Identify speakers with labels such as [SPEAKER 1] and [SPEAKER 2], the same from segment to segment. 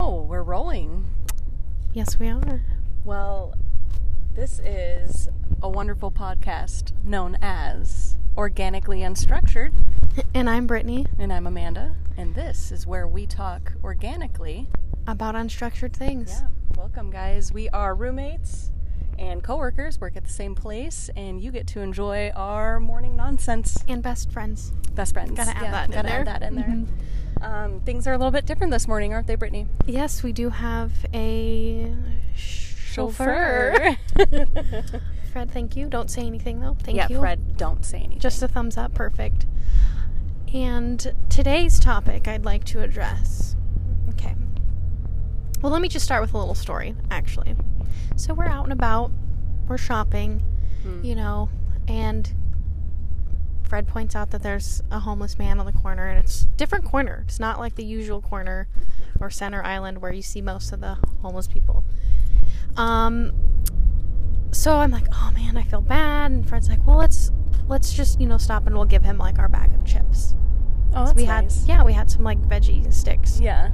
[SPEAKER 1] Oh,
[SPEAKER 2] Yes, we are.
[SPEAKER 1] Well, this is a wonderful podcast known as Organically Unstructured,
[SPEAKER 2] And I'm Brittany
[SPEAKER 1] and I'm Amanda, and this is where we talk organically.
[SPEAKER 2] about unstructured things.
[SPEAKER 1] Yeah, welcome guys. We are roommates and coworkers, work at the same place, and you get to enjoy our morning nonsense.
[SPEAKER 2] And best friends.
[SPEAKER 1] Best friends.
[SPEAKER 2] Gotta add
[SPEAKER 1] Yeah,
[SPEAKER 2] that in
[SPEAKER 1] gotta
[SPEAKER 2] there. Mm-hmm.
[SPEAKER 1] add that in there. Um, things are a little bit different this morning, aren't they, Brittany?
[SPEAKER 2] Yes, we do have a chauffeur.
[SPEAKER 1] Chauffeur.
[SPEAKER 2] Fred, thank you. Don't say anything though. Thank
[SPEAKER 1] yeah,
[SPEAKER 2] you.
[SPEAKER 1] Fred, don't say anything.
[SPEAKER 2] Just a thumbs up. Perfect. And today's topic I'd like to address. Okay. Well, let me just start with a little story, actually. So we're out and about, we're shopping,
[SPEAKER 1] Mm.
[SPEAKER 2] you know, and Fred points out that there's a homeless man on the corner, and it's a different corner. It's not like the usual corner or center island where you see most of the homeless people. Um, so I'm like, oh man, I feel bad. And Fred's like, well, let's let's just you know stop and we'll give him like our bag of chips.
[SPEAKER 1] oh,
[SPEAKER 2] So
[SPEAKER 1] that's
[SPEAKER 2] we
[SPEAKER 1] nice.
[SPEAKER 2] had yeah, we had some like veggie sticks.
[SPEAKER 1] Yeah.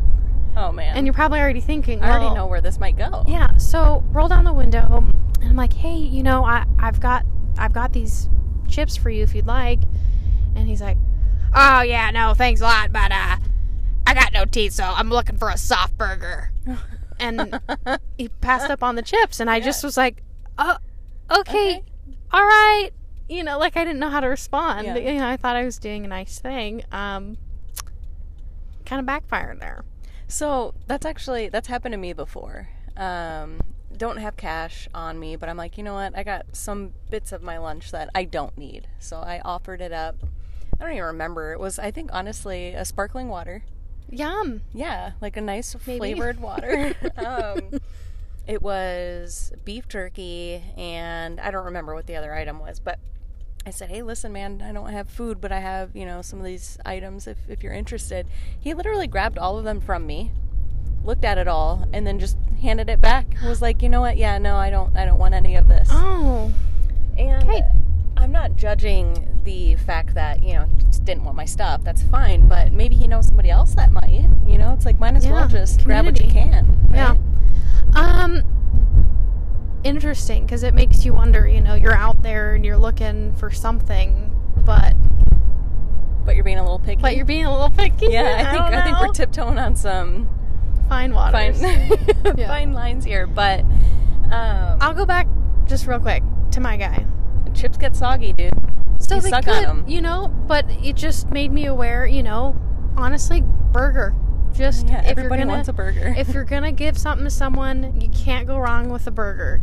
[SPEAKER 1] Oh man.
[SPEAKER 2] And you're probably already thinking,
[SPEAKER 1] I already
[SPEAKER 2] well,
[SPEAKER 1] know where this might go.
[SPEAKER 2] yeah so roll down the window and i'm like hey you know I, i've got i've got these chips for you if you'd like and he's like oh yeah no thanks a lot but uh i got no teeth so i'm looking for a soft burger and he passed up on the chips and i just was like oh okay,
[SPEAKER 1] Okay.
[SPEAKER 2] all right you know like i didn't know how to respond
[SPEAKER 1] Yeah.
[SPEAKER 2] you know i thought i was doing a nice thing um kind of backfired there
[SPEAKER 1] So that's actually that's happened to me before. Um, don't have cash on me, but I'm like, you know what? I got some bits of my lunch that I don't need, so I offered it up. I don't even remember. It was, I think, honestly, a sparkling water.
[SPEAKER 2] yum
[SPEAKER 1] Yeah, like a nice
[SPEAKER 2] Maybe.
[SPEAKER 1] flavored water. um, it was beef jerky, and I don't remember what the other item was, but I said, "Hey, listen, man, I don't have food, but I have, you know, some of these items. If if you're interested," he literally grabbed all of them from me, looked at it all, and then just handed it back. Was like, "You know what? Yeah, no, I don't, I don't want any of this."
[SPEAKER 2] oh
[SPEAKER 1] And
[SPEAKER 2] Okay.
[SPEAKER 1] I'm not judging the fact that, you know, he just didn't want my stuff. That's fine. But maybe he knows somebody else that might. You know, it's like, might as
[SPEAKER 2] Yeah,
[SPEAKER 1] well just grab what you
[SPEAKER 2] community.
[SPEAKER 1] can. right?
[SPEAKER 2] Yeah. Um interesting because it makes you wonder, you know, you're out there and you're looking for something, but
[SPEAKER 1] But you're being a little picky.
[SPEAKER 2] but you're being a little picky.
[SPEAKER 1] yeah, I think I,
[SPEAKER 2] don't
[SPEAKER 1] think
[SPEAKER 2] know.
[SPEAKER 1] we're tiptoeing on some
[SPEAKER 2] fine water.
[SPEAKER 1] fine
[SPEAKER 2] Yeah.
[SPEAKER 1] fine lines here, but um,
[SPEAKER 2] I'll go back just real quick to my guy.
[SPEAKER 1] chips get soggy, dude.
[SPEAKER 2] So
[SPEAKER 1] You
[SPEAKER 2] they
[SPEAKER 1] suck on
[SPEAKER 2] could,
[SPEAKER 1] 'em.
[SPEAKER 2] you know, but it just made me aware, you know, honestly, burger. Just
[SPEAKER 1] Yeah,
[SPEAKER 2] if you're
[SPEAKER 1] everybody
[SPEAKER 2] gonna
[SPEAKER 1] wants a burger.
[SPEAKER 2] if you're gonna give something to someone, you can't go wrong with a burger.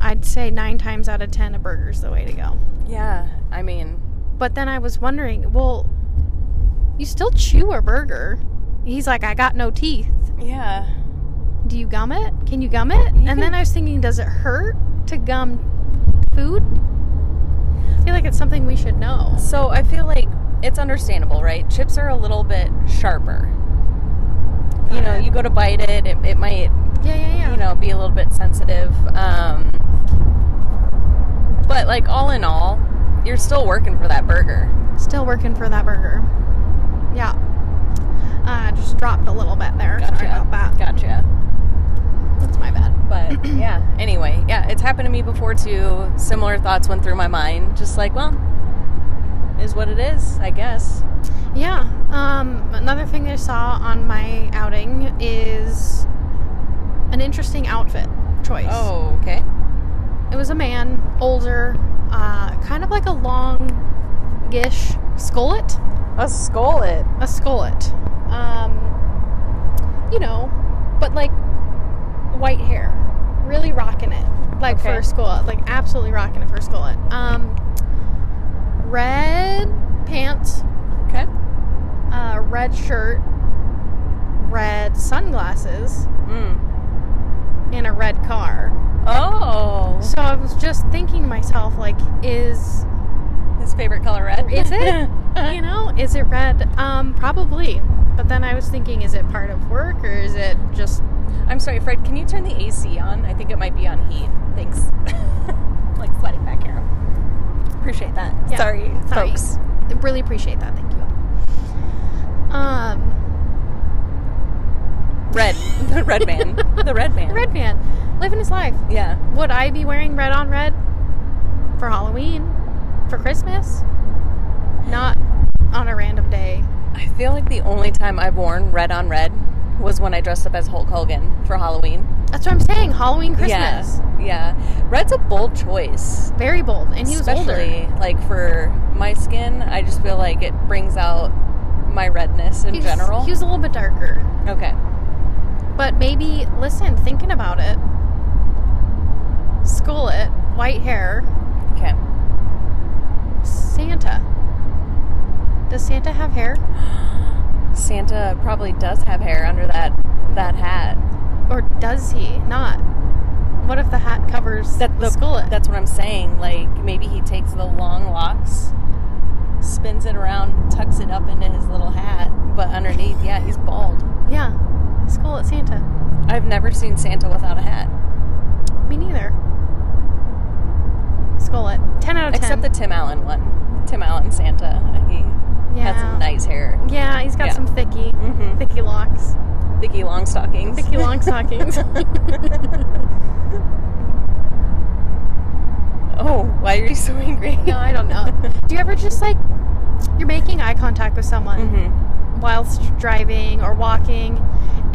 [SPEAKER 2] I'd say nine times out of ten, a burger's the way to go.
[SPEAKER 1] yeah, I mean,
[SPEAKER 2] But then I was wondering, well, you still chew a burger. He's like, I got no teeth.
[SPEAKER 1] yeah.
[SPEAKER 2] Do you gum it? Can you gum it?
[SPEAKER 1] You
[SPEAKER 2] And then
[SPEAKER 1] can-
[SPEAKER 2] I was thinking, does it hurt to gum food? I feel like it's something we should know.
[SPEAKER 1] So I feel like it's understandable, right? Chips are a little bit sharper. You know, you go to bite it, it, it might
[SPEAKER 2] Yeah, yeah, yeah.
[SPEAKER 1] you know be a little bit sensitive um but like all in all you're still working for that burger
[SPEAKER 2] Still working for that burger. Yeah. Uh, just dropped a little bit there. Sorry about that.
[SPEAKER 1] gotcha
[SPEAKER 2] That's my bad.
[SPEAKER 1] but yeah anyway yeah it's happened to me before too similar thoughts went through my mind just like well is what it is i guess
[SPEAKER 2] Yeah. Um, another thing that I saw on my outing is an interesting outfit choice.
[SPEAKER 1] oh okay
[SPEAKER 2] It was a man, older, uh, kind of like a long ish skullet.
[SPEAKER 1] a skull it
[SPEAKER 2] A skullet. Um, you know, but like white hair. Really rocking it. Like for
[SPEAKER 1] Okay.
[SPEAKER 2] a skullet. Like absolutely rocking it for a skullet. Um, red pants,
[SPEAKER 1] okay
[SPEAKER 2] uh, red shirt, red sunglasses,
[SPEAKER 1] mm.
[SPEAKER 2] and a red car.
[SPEAKER 1] oh
[SPEAKER 2] So I was just thinking to myself, like, is
[SPEAKER 1] his favorite color red
[SPEAKER 2] Is it? you know, is it red? Um, probably. But then I was thinking, is it part of work or is it just?
[SPEAKER 1] i'm sorry fred can you turn the ac on i think it might be on heat thanks like flooding back here appreciate that
[SPEAKER 2] Yeah.
[SPEAKER 1] sorry,
[SPEAKER 2] Sorry.
[SPEAKER 1] folks
[SPEAKER 2] I really appreciate that. Thank you. Um,
[SPEAKER 1] Red. The red man. The red man.
[SPEAKER 2] Red man. Living his life.
[SPEAKER 1] Yeah.
[SPEAKER 2] Would I be wearing red on red for Halloween? For Christmas? Not on a random day.
[SPEAKER 1] I feel like the only time I've worn red on red was when I dressed up as Hulk Hogan for Halloween.
[SPEAKER 2] That's what I'm saying. Halloween, Christmas.
[SPEAKER 1] Yeah. Yeah. Red's a bold choice.
[SPEAKER 2] Very bold. And he was older.
[SPEAKER 1] especially like for my skin, I just feel like it brings out my redness in
[SPEAKER 2] He was-
[SPEAKER 1] general.
[SPEAKER 2] He was a little bit darker.
[SPEAKER 1] okay.
[SPEAKER 2] But maybe, listen, thinking about it, school it, white hair,
[SPEAKER 1] Okay.
[SPEAKER 2] Santa. Does Santa have hair?
[SPEAKER 1] Santa probably does have hair under that that hat.
[SPEAKER 2] Or does he not? What if the hat covers
[SPEAKER 1] That-
[SPEAKER 2] the
[SPEAKER 1] the-
[SPEAKER 2] skull?
[SPEAKER 1] That's what I'm saying. Like maybe he takes the long locks, spins it around, tucks it up into his little hat, but underneath, yeah, he's bald.
[SPEAKER 2] yeah, skull at Santa.
[SPEAKER 1] I've never seen Santa without a hat,
[SPEAKER 2] Me neither. Skull it. Ten out of ten.
[SPEAKER 1] except the Tim Allen one. Tim Allen Santa, he
[SPEAKER 2] yeah.
[SPEAKER 1] had some nice hair.
[SPEAKER 2] Yeah, he's got
[SPEAKER 1] Yeah.
[SPEAKER 2] some thicky,
[SPEAKER 1] Mm-hmm.
[SPEAKER 2] thicky locks,
[SPEAKER 1] Thicky long stockings.
[SPEAKER 2] thicky long stockings.
[SPEAKER 1] oh, why are you so angry?
[SPEAKER 2] no, I don't know. Do you ever just like you're making eye contact with someone?
[SPEAKER 1] mm-hmm.
[SPEAKER 2] whilst driving or walking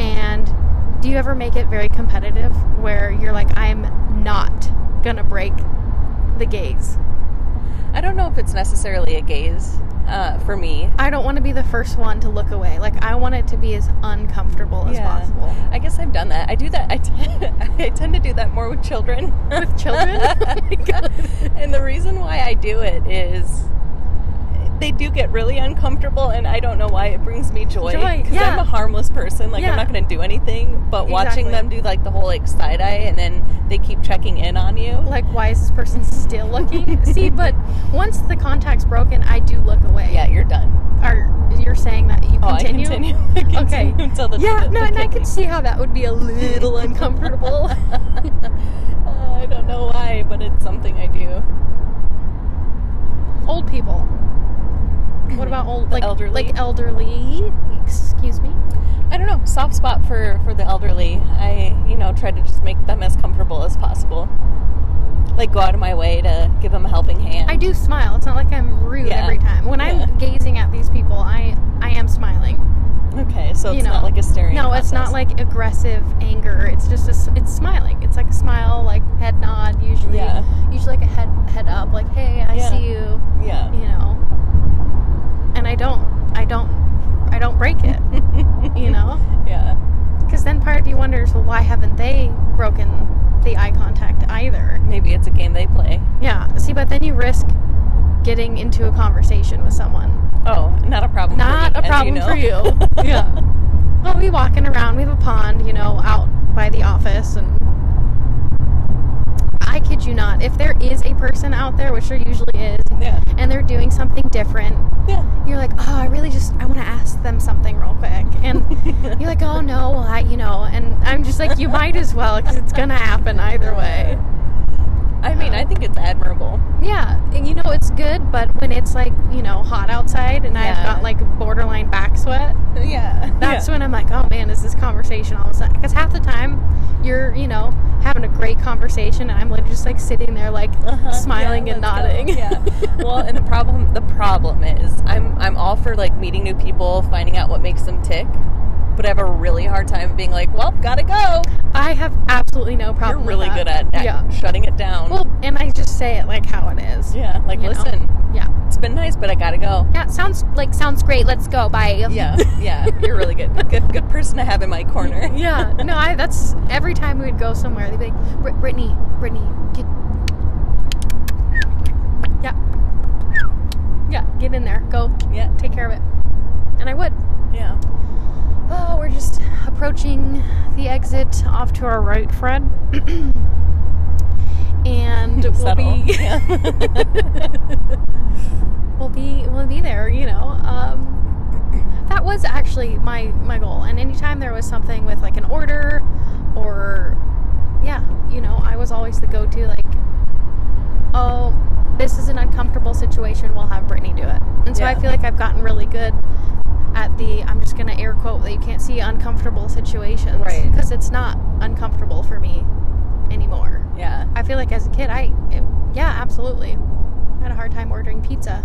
[SPEAKER 2] and do you ever make it very competitive where you're like i'm not gonna break the gaze
[SPEAKER 1] I don't know if it's necessarily a gaze uh, for me.
[SPEAKER 2] i don't want to be the first one to look away like i want it to be as uncomfortable as
[SPEAKER 1] Yeah.
[SPEAKER 2] possible
[SPEAKER 1] I guess I've done that. I do that. I t- I tend to do that more with children.
[SPEAKER 2] with children
[SPEAKER 1] and the reason why I do it is they do get really uncomfortable, and I don't know why it brings me joy.
[SPEAKER 2] Joy,
[SPEAKER 1] I'm
[SPEAKER 2] yeah.
[SPEAKER 1] a harmless person. Like
[SPEAKER 2] Yeah.
[SPEAKER 1] I'm not going to do anything. But watching
[SPEAKER 2] Exactly.
[SPEAKER 1] them do like the whole like side eye, and then they keep checking in on you.
[SPEAKER 2] like why is this person still looking see but once the contact's broken i do look away
[SPEAKER 1] Yeah, you're done.
[SPEAKER 2] are you're saying that you
[SPEAKER 1] Oh, I continue. I continue
[SPEAKER 2] Okay.
[SPEAKER 1] Until the
[SPEAKER 2] yeah
[SPEAKER 1] the-
[SPEAKER 2] no
[SPEAKER 1] the
[SPEAKER 2] and i
[SPEAKER 1] kid
[SPEAKER 2] could see how that would be a little uncomfortable
[SPEAKER 1] Uh, I don't know why, but it's something I do.
[SPEAKER 2] old people. What about old
[SPEAKER 1] The
[SPEAKER 2] like
[SPEAKER 1] elderly?
[SPEAKER 2] Like elderly? Excuse me.
[SPEAKER 1] I don't know, soft spot for for the elderly. I, you know, try to just make them as comfortable as possible. Like go out of my way to give them a helping hand.
[SPEAKER 2] I do smile. It's not like I'm rude
[SPEAKER 1] Yeah.
[SPEAKER 2] every time. When
[SPEAKER 1] Yeah.
[SPEAKER 2] I'm gazing at these people, I I am smiling.
[SPEAKER 1] Okay, so
[SPEAKER 2] you
[SPEAKER 1] it's
[SPEAKER 2] know.
[SPEAKER 1] not like a staring.
[SPEAKER 2] no, it's not
[SPEAKER 1] contest.
[SPEAKER 2] like aggressive anger. It's just a s it's smiling. It's like a smile, like head nod usually.
[SPEAKER 1] Yeah.
[SPEAKER 2] Usually like a head head up, like hey, I
[SPEAKER 1] Yeah.
[SPEAKER 2] see you.
[SPEAKER 1] Yeah.
[SPEAKER 2] You know. And I don't I don't I don't break it. you know.
[SPEAKER 1] Yeah.
[SPEAKER 2] Because then part of you wonders, well, why haven't they broken the eye contact either?
[SPEAKER 1] Maybe it's a game they play.
[SPEAKER 2] Yeah. See, but then you risk getting into a conversation with someone.
[SPEAKER 1] Oh, not a problem.
[SPEAKER 2] Not
[SPEAKER 1] for
[SPEAKER 2] a
[SPEAKER 1] me, as
[SPEAKER 2] problem
[SPEAKER 1] you know.
[SPEAKER 2] for you. Yeah. Well, we walking around. We have a pond, you know, out by the office, and I kid you not, if there is a person out there, which there usually is,
[SPEAKER 1] yeah.
[SPEAKER 2] and they're doing something different,
[SPEAKER 1] Yeah.
[SPEAKER 2] you're like, oh, I really just I want to ask them something real quick, and you're like, oh no, well, I, you know, and I'm just like, you might as well because it's gonna happen either way.
[SPEAKER 1] I mean,
[SPEAKER 2] "Uh,
[SPEAKER 1] I think it's admirable.
[SPEAKER 2] Yeah, and you know it's good, but when it's like you know hot outside and I've
[SPEAKER 1] Yeah.
[SPEAKER 2] got like borderline back sweat,
[SPEAKER 1] Yeah.
[SPEAKER 2] that's when I'm like, oh man, is this conversation all of a sudden? Because half the time you're you know having a great conversation, and I'm like just like sitting there like
[SPEAKER 1] Uh-huh.
[SPEAKER 2] smiling
[SPEAKER 1] Yeah,
[SPEAKER 2] and
[SPEAKER 1] let's go.
[SPEAKER 2] nodding.
[SPEAKER 1] Yeah. Well, and the problem the problem is I'm I'm all for like meeting new people, finding out what makes them tick, but I have a really hard time being like, well, gotta go.
[SPEAKER 2] I have absolutely no problem.
[SPEAKER 1] You're
[SPEAKER 2] with
[SPEAKER 1] really
[SPEAKER 2] that.
[SPEAKER 1] good at, at
[SPEAKER 2] yeah.
[SPEAKER 1] shutting it down.
[SPEAKER 2] Well, and I just say it like how it is.
[SPEAKER 1] yeah. Like,
[SPEAKER 2] you know.
[SPEAKER 1] listen,
[SPEAKER 2] Yeah.
[SPEAKER 1] it's been nice, but I gotta go.
[SPEAKER 2] Yeah, sounds like sounds great. Let's go. Bye.
[SPEAKER 1] Yeah. Yeah. You're really good. Good. Good person to have in my corner.
[SPEAKER 2] yeah. No, I. That's every time we'd go somewhere, they'd be like, Brit- "Brittany, Brittany, get." Yeah. Yeah. Get in there. Go.
[SPEAKER 1] Yeah.
[SPEAKER 2] Take care of it. And I would.
[SPEAKER 1] Yeah.
[SPEAKER 2] Oh, we're just approaching the exit off to our right, Fred. and we'll
[SPEAKER 1] Subtle.
[SPEAKER 2] be
[SPEAKER 1] Yeah.
[SPEAKER 2] we'll be we'll be there you know um, that was actually my my goal and anytime there was something with like an order or yeah you know i was always the go-to like oh this is an uncomfortable situation we'll have brittany do it and so i
[SPEAKER 1] Yeah.
[SPEAKER 2] feel like i've gotten really good at the I'm just gonna air quote that you can't see uncomfortable situations,
[SPEAKER 1] Right.
[SPEAKER 2] Because it's not uncomfortable for me anymore.
[SPEAKER 1] Yeah.
[SPEAKER 2] I feel like as a kid, I it, yeah, absolutely, I had a hard time ordering pizza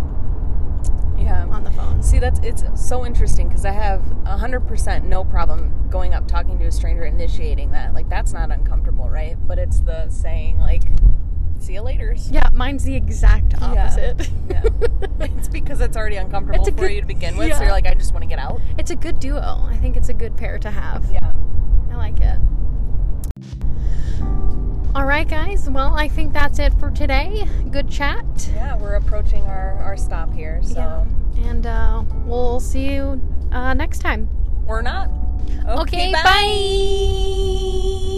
[SPEAKER 1] Yeah.
[SPEAKER 2] on the phone.
[SPEAKER 1] See, that's it's so interesting because I have hundred percent no problem going up, talking to a stranger, initiating that. Like that's not uncomfortable, right? But it's the saying like, "See you later."
[SPEAKER 2] Yeah, mine's the exact opposite.
[SPEAKER 1] Yeah. it's because it's already uncomfortable
[SPEAKER 2] It's a
[SPEAKER 1] for
[SPEAKER 2] good-
[SPEAKER 1] you to begin with, so
[SPEAKER 2] yeah.
[SPEAKER 1] you're like, "I just want to get out."
[SPEAKER 2] it's a good duo. I think it's a good pair to have.
[SPEAKER 1] Yeah.
[SPEAKER 2] I like it. All right, guys. Well, I think that's it for today. Good chat.
[SPEAKER 1] Yeah, we're approaching our our stop here, so
[SPEAKER 2] Yeah. And uh, we'll see you uh, next time.
[SPEAKER 1] we're not.
[SPEAKER 2] Okay,
[SPEAKER 1] bye.